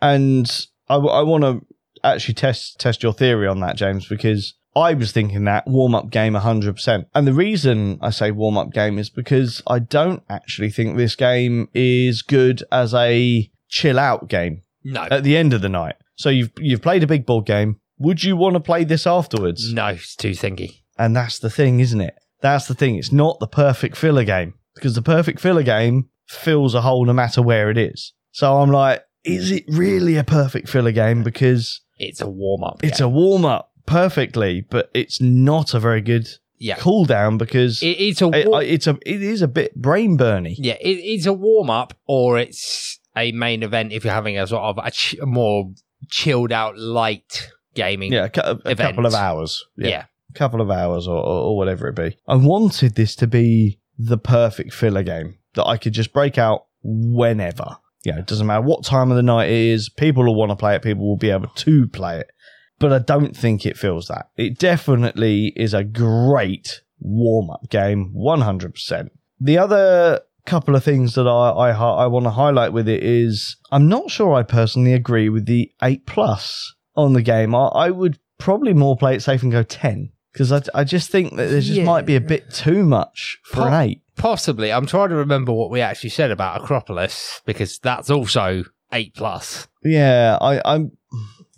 Speaker 1: and I, want to actually test test your theory on that, James, because I was thinking that warm up game 100%. And the reason I say warm up game is because I don't actually think this game is good as a chill out game
Speaker 2: No,
Speaker 1: at the end of the night. So you've you've played a big board game. Would you want to play this afterwards?
Speaker 2: no, it's too thingy.
Speaker 1: And that's the thing, isn't it? That's the thing. It's not the perfect filler game because the perfect filler game fills a hole no matter where it is. So I'm like, is it really a perfect filler game? Because
Speaker 2: It's a warm up.
Speaker 1: it's a warm up perfectly, but it's not a very good
Speaker 2: yeah.
Speaker 1: cool down because it,
Speaker 2: It, it's a
Speaker 1: I-
Speaker 2: warm,
Speaker 1: it's a it is a bit brain burny.
Speaker 2: yeah. It, it's a warm up, or it's a main event if you're having a sort of a ch- more chilled out, light gaming.
Speaker 1: Yeah, a, cou- a
Speaker 2: Event.
Speaker 1: couple of hours.
Speaker 2: yeah.
Speaker 1: couple of hours or, or, or whatever it be. I wanted this to be the perfect filler game that I could just break out whenever. You know, it doesn't matter what time of the night it is, people will want to play it, people will be able to play it. But I don't think it feels that. It definitely is a great warm up game, 100%. The other couple of things that I, I, hi- I want to highlight with it is I'm not sure I personally agree with the 8 plus on the game. I, I would probably more play it safe and go 10 because I, I just think that there just
Speaker 2: Yeah.
Speaker 1: might be a bit too much for
Speaker 2: Pro-
Speaker 1: an 8.
Speaker 2: Possibly. I'm trying to remember what we actually said about Acropolis because that's also eight plus.
Speaker 1: Yeah, I, I'm.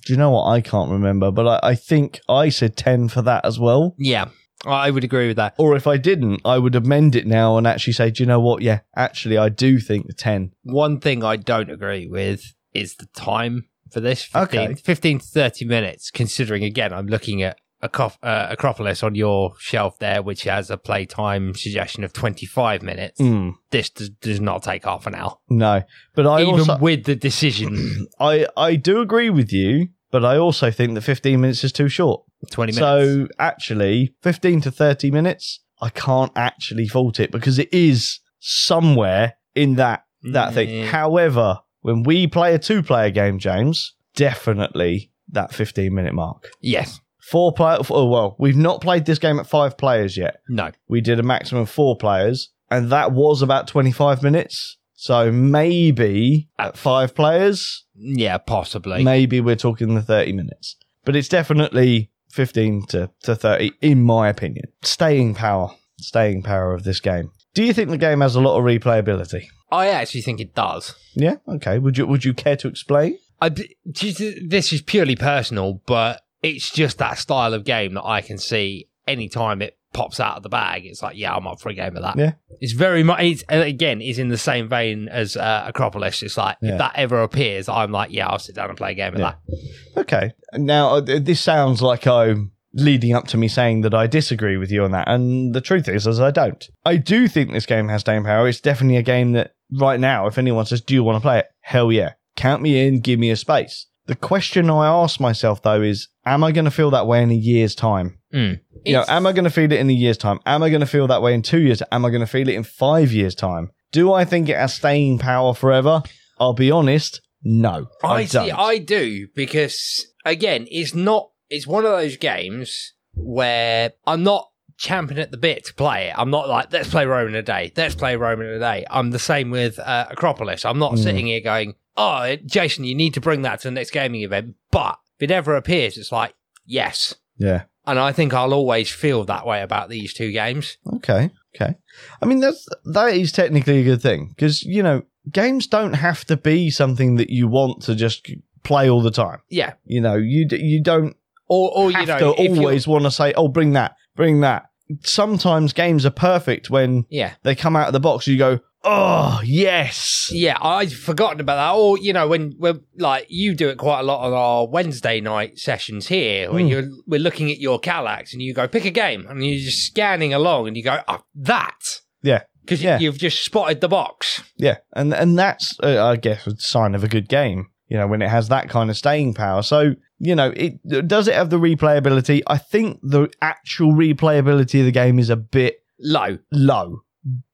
Speaker 1: Do you know what? I can't remember, but I, I think I said 10 for that as well.
Speaker 2: Yeah, I I would agree with that.
Speaker 1: Or if I didn't, I would amend it now and actually say, do you know what? Yeah, actually, I do think the 10.
Speaker 2: One thing I don't agree with is the time for this 15,
Speaker 1: Okay.
Speaker 2: 15 to 30 minutes, considering again, I'm looking at Acro- uh, Acropolis on your shelf there, which has a playtime suggestion of 25 minutes.
Speaker 1: Mm,
Speaker 2: This does, does not take half an hour,
Speaker 1: no. But I
Speaker 2: even
Speaker 1: also.
Speaker 2: with
Speaker 1: *clears throat*
Speaker 2: the decision.
Speaker 1: I, I do agree with you, but I also think that 15 minutes is too short.
Speaker 2: 20 minutes.
Speaker 1: So actually, 15 to 30 minutes, I can't actually fault it because it is somewhere in that that thing.
Speaker 2: Yeah.
Speaker 1: However, when we play a two player game, James, definitely that 15 minute mark.
Speaker 2: yes.
Speaker 1: Four player, oh, well, we've not played this game at five players yet.
Speaker 2: No.
Speaker 1: We did a maximum of four players, and that was about 25 minutes. So maybe at five players,
Speaker 2: Yeah, possibly.
Speaker 1: maybe we're talking the 30 minutes but it's definitely 15 to, to 30 in my opinion staying power staying power of this game do you think the game has a lot of replayability
Speaker 2: I actually think it does.
Speaker 1: yeah okay would you would you care to explain
Speaker 2: I, just- this is purely personal, but it's just that style of game that I can see anytime it pops out of the bag. It's like, yeah, I'm up for a game of that.
Speaker 1: Yeah.
Speaker 2: It's very much, it's, and again, it's in the same vein as uh, Acropolis. It's like,
Speaker 1: Yeah.
Speaker 2: if that ever appears, I'm like, yeah, I'll sit down and play a game of
Speaker 1: Yeah.
Speaker 2: that.
Speaker 1: okay now uh, th- this sounds like i'm leading up to me saying that i disagree with you on that and the truth is as i don't i do think this game has staying power it's definitely a game that right now if anyone says do you want to play it hell yeah count me in give me a space the question i ask myself though is am i going to feel that way in a year's time
Speaker 2: Hmm.
Speaker 1: you know,
Speaker 2: It's-
Speaker 1: am I going to feel it in a year's time? Am I going to feel that way in two years? Am I going to feel it in five years' time? Do I think it has staying power forever? I'll be honest, no. I,
Speaker 2: I,
Speaker 1: don't.
Speaker 2: see. I do because again, it's not. It's one of those games where I'm not champing at the bit to play it. I'm not like, let's play Rome in a day. Let's play Rome in a day. I'm the same with uh, Acropolis. I'm not
Speaker 1: Mm.
Speaker 2: sitting here going, oh, Jason, you need to bring that to the next gaming event. But if it ever appears, it's like, yes.
Speaker 1: yeah.
Speaker 2: And I think I'll always feel that way about these two games.
Speaker 1: Okay. Okay. I mean, that's that is technically a good thing because you know games don't have to be something that you want to just play all the time.
Speaker 2: Yeah.
Speaker 1: You know, you d- you don't
Speaker 2: Or, or you
Speaker 1: have
Speaker 2: know,
Speaker 1: to
Speaker 2: if you're-
Speaker 1: always want to say, "Oh, bring that, bring that." Sometimes games are perfect when
Speaker 2: yeah.
Speaker 1: they come out of the box. You go, "Oh, yes."
Speaker 2: Yeah, I'd forgotten about that. Or you know, when when like you do it quite a lot on our Wednesday night sessions here, when
Speaker 1: Mm.
Speaker 2: you're we're looking at your Calax and you go pick a game and you're just scanning along and you go oh, that
Speaker 1: Yeah.
Speaker 2: because
Speaker 1: Yeah.
Speaker 2: you've just spotted the box.
Speaker 1: Yeah, and and that's uh, I guess a sign of a good game. You know, when it has that kind of staying power. So you know, it does it have the replayability? I think the actual replayability of the game is a bit
Speaker 2: Low.
Speaker 1: low,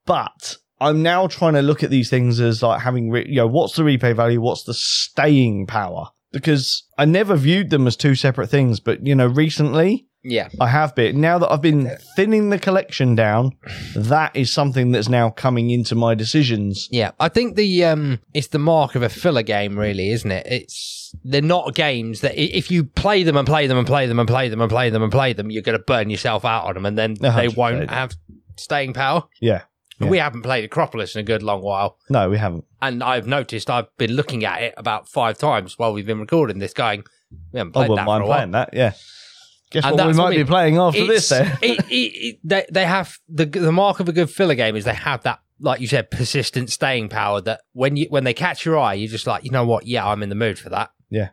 Speaker 1: but I'm now trying to look at these things as like having re- you know what's the replay value, what's the staying power? Because I never viewed them as two separate things, but you know, recently
Speaker 3: Yeah.
Speaker 1: I have been. Now that I've been thinning the collection down, that is something that's now coming into my decisions.
Speaker 2: Yeah, I think the um, it's the mark of a filler game, really, isn't it? It's they're not games that i- if you play them and play them and play them and play them and play them and play them, you're going to burn yourself out on them, and then
Speaker 1: A
Speaker 2: they
Speaker 1: hundred
Speaker 2: won't
Speaker 1: percent.
Speaker 2: have staying power.
Speaker 1: Yeah. Yeah.
Speaker 2: We haven't played Acropolis in a good long while,
Speaker 1: No, we haven't.
Speaker 2: and I've noticed I've been looking at it about five times while we've been recording this, going, "We haven't
Speaker 1: I
Speaker 2: played
Speaker 1: wouldn't
Speaker 2: that for
Speaker 1: mind
Speaker 2: a while."
Speaker 1: playing that. Yeah. Guess
Speaker 2: And
Speaker 1: what we
Speaker 2: that's what
Speaker 1: might
Speaker 2: I
Speaker 1: be
Speaker 2: mean.
Speaker 1: playing after Oh, this then?
Speaker 2: It's- it, it, it, they, they have the the mark of a good filler game is they have that like you said persistent staying power that when you when they catch your eye you're just like you know what yeah I'm in the mood for that
Speaker 1: Yeah.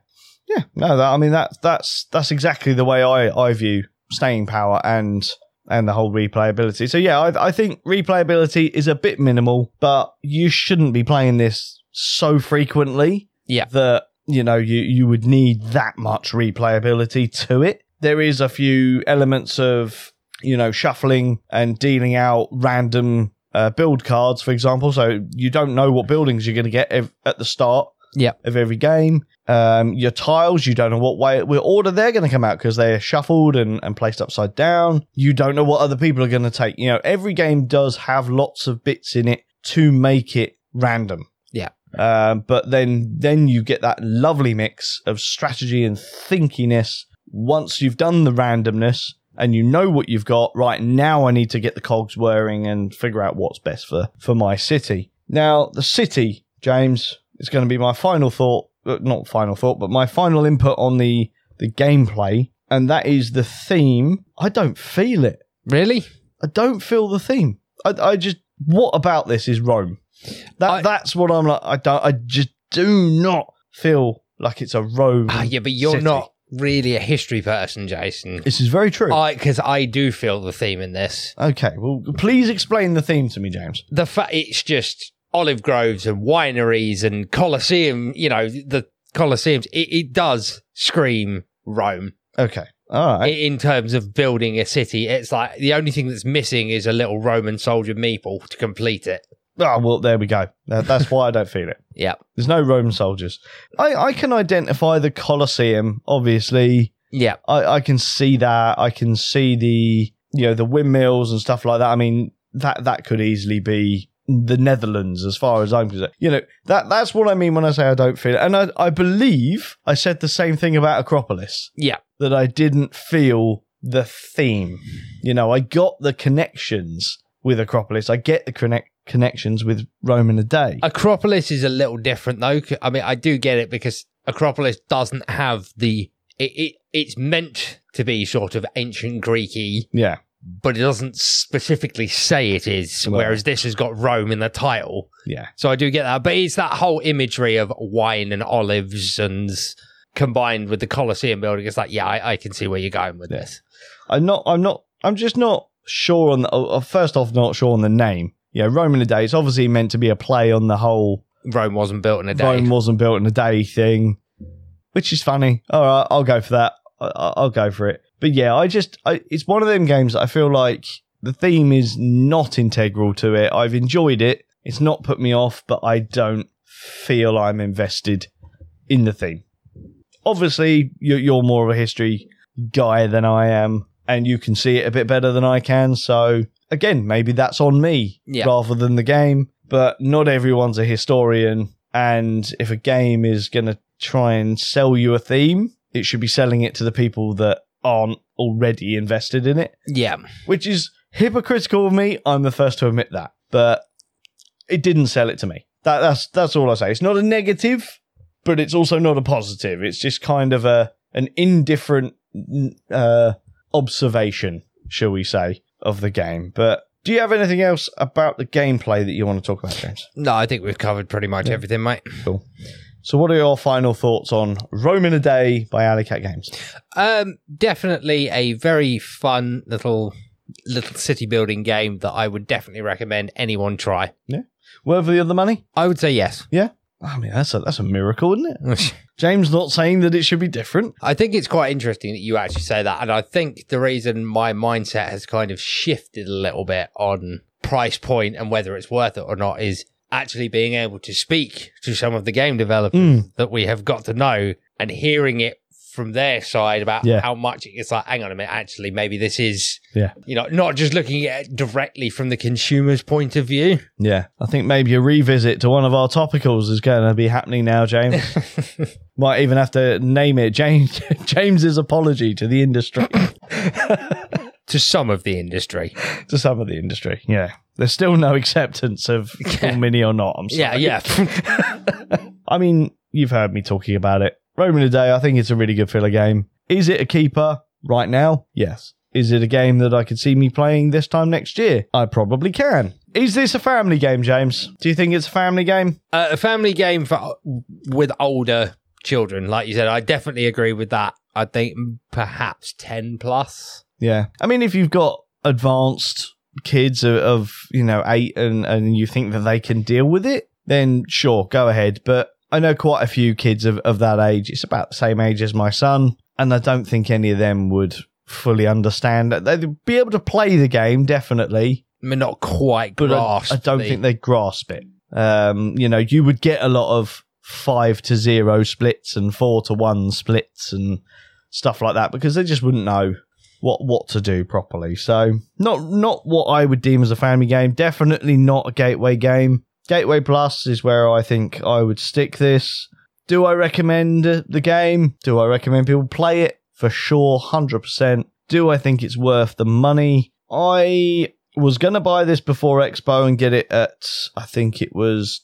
Speaker 1: No, that, I mean that that's that's exactly the way I, I view staying power and and the whole replayability. So yeah, I, I think replayability is a bit minimal, but you shouldn't be playing this so frequently.
Speaker 2: Yeah.
Speaker 1: That you know you you would need that much replayability to it. There is a few elements of you know shuffling and dealing out random uh, build cards, for example. So you don't know what buildings you're going to get ev- at the start
Speaker 2: Yeah.
Speaker 1: of every game. Um, your tiles, you don't know what way, what order they're going to come out because they're shuffled and, and placed upside down. You don't know what other people are going to take. You know, every game does have lots of bits in it to make it random.
Speaker 2: Yeah.
Speaker 1: Um, but then, then you get that lovely mix of strategy and thinkiness once you've done the randomness and you know what you've got, right now I need to get the cogs whirring and figure out what's best for, for my city. Now, the city, James, is going to be my final thought, uh, not final thought, but my final input on the, the gameplay. And that is the theme. I don't feel it.
Speaker 2: really
Speaker 1: I don't feel the theme. I, I just, what about this is Rome? That,
Speaker 2: I-
Speaker 1: that's what I'm like. I don't, I just do not feel like it's a Rome.
Speaker 2: ah yeah but you're
Speaker 1: City.
Speaker 2: not really a history person Jason
Speaker 1: This is very true.
Speaker 2: I because I do feel the theme in this
Speaker 1: Okay, well, please explain the theme to me, James.
Speaker 2: the fa- it's just olive groves and wineries and Colosseum you know the Colosseums it, it does scream Rome
Speaker 1: Okay, all right.
Speaker 2: in terms of building a city. It's like the only thing that's missing is a little Roman soldier meeple to complete it.
Speaker 1: Ah, well, there we go. That- that's why I don't feel it.
Speaker 2: Yep.
Speaker 1: There's no Roman soldiers. I, I can identify the Colosseum, obviously.
Speaker 2: Yeah,
Speaker 1: I, I can see that. I can see the you know the windmills and stuff like that. I mean that that could easily be the Netherlands as far as I'm concerned. You know that that's what I mean when I say I don't feel it. And I, I believe I said the same thing about Acropolis.
Speaker 2: Yeah.
Speaker 1: that I didn't feel the theme. You know, I got the connections with Acropolis. I get the connect connections with Rome in a day.
Speaker 2: Acropolis is a little different though. 'cause- I mean, I do get it because Acropolis doesn't have the it. it it's meant to be sort of ancient Greeky,
Speaker 1: yeah,
Speaker 2: but it doesn't specifically say it is.
Speaker 1: Well.
Speaker 2: Whereas this has got Rome in the title,
Speaker 1: yeah,
Speaker 2: so I do get that. But it's that whole imagery of wine and olives and combined with the Colosseum building. It's like, yeah, I, I can see where you're going with
Speaker 1: Yeah.
Speaker 2: this.
Speaker 1: I'm not. I'm not. I'm just not sure on. The, uh, first off, not sure on the name. Yeah, Rome in a day. It's obviously meant to be a play on the whole
Speaker 2: Rome wasn't built in a day.
Speaker 1: Rome wasn't built in a day thing, which is funny. All right, I'll go for that. I, I- I'll go for it. But yeah, I just I, it's one of them games. That I feel like the theme is not integral to it. I've enjoyed it. It's not put me off, but I don't feel I'm invested in the theme. Obviously, you're, you're more of a history guy than I am, and you can see it a bit better than I can. So again, maybe that's on me
Speaker 2: Yeah.
Speaker 1: rather than the game. But not everyone's a historian, and if a game is going to try and sell you a theme, it should be selling it to the people that aren't already invested in it
Speaker 2: Yeah.
Speaker 1: which is hypocritical of me. I'm the first to admit that, but it didn't sell it to me. That, that's that's all I say. It's not a negative, but it's also not a positive. It's just kind of a an indifferent n- uh, observation, shall we say, of the game. But do you have anything else about the gameplay that you want to talk about, James?
Speaker 2: No, I think we've covered pretty much everything, mate.
Speaker 1: So, what are your final thoughts on Rome in a Day by Alley Cat Games?
Speaker 2: Um, definitely a very fun little little city building game that I would definitely recommend anyone try.
Speaker 1: Worth the other money?
Speaker 2: I would say yes. *laughs*
Speaker 1: I mean, that's a that's a miracle, isn't it? James not saying that it should be different.
Speaker 2: I think it's quite interesting that you actually say that, and I think the reason my mindset has kind of shifted a little bit on price point and whether it's worth it or not is actually being able to speak to some of the game developers
Speaker 1: Mm.
Speaker 2: that we have got to know and hearing it from their side about
Speaker 1: Yeah.
Speaker 2: how much it's like, hang on a minute, actually, maybe this is,
Speaker 1: Yeah.
Speaker 2: you know, not just looking at it directly from the consumer's point of view.
Speaker 1: Yeah, I think maybe a revisit to one of our topicals is going to be happening now, James. Might even have to name it James *laughs* James's apology to the industry,
Speaker 2: to some of the industry.
Speaker 1: to some of the industry. Yeah, there's still no acceptance of call mini or not. I'm sorry.
Speaker 2: Yeah, yeah.
Speaker 1: I mean, you've heard me talking about it. Roman today, I think it's a really good filler game. Is it a keeper right now? Yes. Is it a game that I could see me playing this time next year? I probably can. Is this a family game, James? Do you think it's a family game?
Speaker 2: uh, a family game for with older children, like you said, I definitely agree with that. I think perhaps ten plus.
Speaker 1: Yeah. I mean, if you've got advanced kids of, of you know, eight and, and you think that they can deal with it, then sure, go ahead. But I know quite a few kids of, of that age. It's about the same age as my son. And I don't think any of them would fully understand. They'd be able to play the game, definitely.
Speaker 2: I mean, not quite
Speaker 1: But I,
Speaker 2: grasp.
Speaker 1: I don't
Speaker 2: the-
Speaker 1: think they grasp it. Um, you know, you would get a lot of five to zero splits and four to one splits and stuff like that because they just wouldn't know what what to do properly. So not not what I would deem as a family game. Definitely not a gateway game. Gateway Plus is where I think I would stick this. Do I recommend uh, the game? Do I recommend people play it? For sure, 100%. Do I think it's worth the money? I was going to buy this before Expo and get it at, I think it was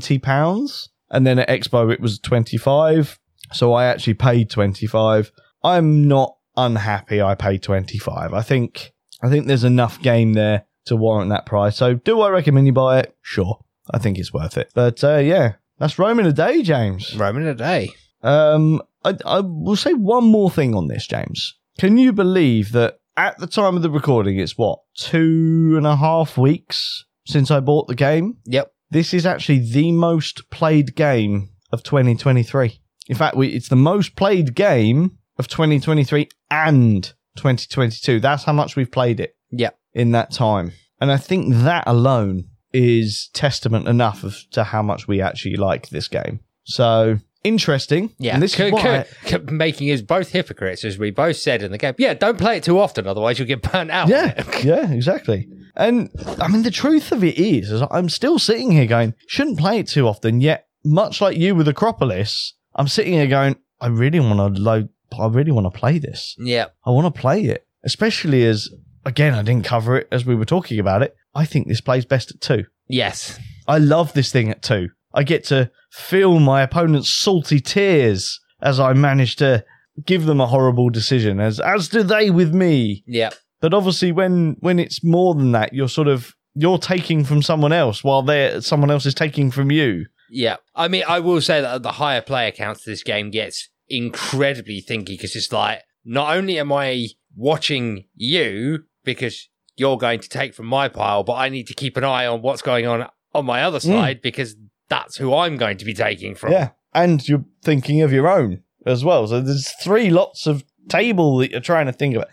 Speaker 1: £20. And then at Expo, it was 25 So I actually paid 25 I'm not unhappy I paid 25 I think, I think there's enough game there to warrant that price. So do I recommend you buy it? Sure. I think it's worth it. But uh, yeah, that's roaming a day, James.
Speaker 2: Roman a day.
Speaker 1: Um, I, I will say one more thing on this, James. Can you believe that at the time of the recording, it's what, two and a half weeks since I bought the game?
Speaker 2: Yep.
Speaker 1: This is actually the most played game of 2023. In fact, we, it's the most played game of 2023 and 2022. That's how much we've played it
Speaker 2: Yep.
Speaker 1: in that time. And I think that alone is testament enough of, to how much we actually like this game. So interesting.
Speaker 2: Yeah.
Speaker 1: And this
Speaker 2: Co-
Speaker 1: is why,
Speaker 2: co- co- making us both hypocrites, as we both said in the game. Yeah, don't play it too often, otherwise you'll get burnt out.
Speaker 1: yeah,
Speaker 2: *laughs*
Speaker 1: yeah, exactly. And I mean, the truth of it is, is I'm still sitting here going, shouldn't play it too often. Yet, much like you with Acropolis, I'm sitting here going, I really want to load. I really want to play this.
Speaker 2: Yeah.
Speaker 1: I want to play it, especially as again, I didn't cover it as we were talking about it. I think this plays best at two.
Speaker 2: Yes.
Speaker 1: I love this thing at two. I get to feel my opponent's salty tears as I manage to give them a horrible decision, as as do they with me.
Speaker 2: Yeah.
Speaker 1: But obviously, when when it's more than that, you're sort of you're taking from someone else while they someone else is taking from you.
Speaker 2: Yeah. I mean, I will say that the higher player counts this game gets incredibly thinky because it's like, not only am I watching you because you're going to take from my pile, but I need to keep an eye on what's going on on my other side because that's who I'm going to be taking from.
Speaker 1: Mm. Yeah, and you're thinking of your own as well. So there's three lots of table that you're trying to think about.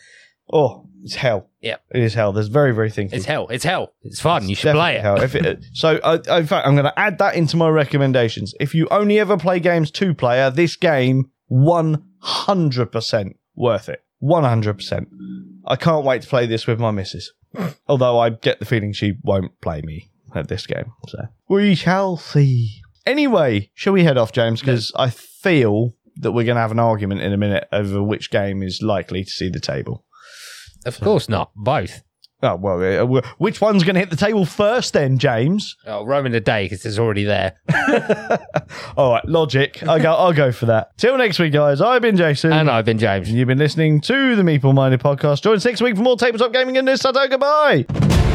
Speaker 1: Oh, it's hell.
Speaker 2: Yeah.
Speaker 1: it is hell. There's very very thinking.
Speaker 2: It's hell. It's hell. It's fun. you should play
Speaker 1: Definitely
Speaker 2: it.
Speaker 1: hell. If it- so, I, I- in fact, I'm going to add that into my recommendations. If you only ever play games two player, this game 100% worth it. 100%. I can't wait to play this with my missus. *clears throat* Although I get the feeling she won't play me at this game. So we shall see. Anyway, shall we head off, James? Because I feel that we're going to have an argument in a minute over which game is likely to see the table.
Speaker 2: Of course not. Both.
Speaker 1: Oh well, eh, well, which one's going to hit the table first, then, James?
Speaker 2: Oh, Roman a day because it's already there.
Speaker 1: *laughs* All right, logic. I go. I'll go for that. Till next week, guys. I've been Jason,
Speaker 2: And I've been James.
Speaker 1: you've been listening to the Meeple Minded Podcast. Join us next week for more tabletop gaming and this. Sato. Goodbye.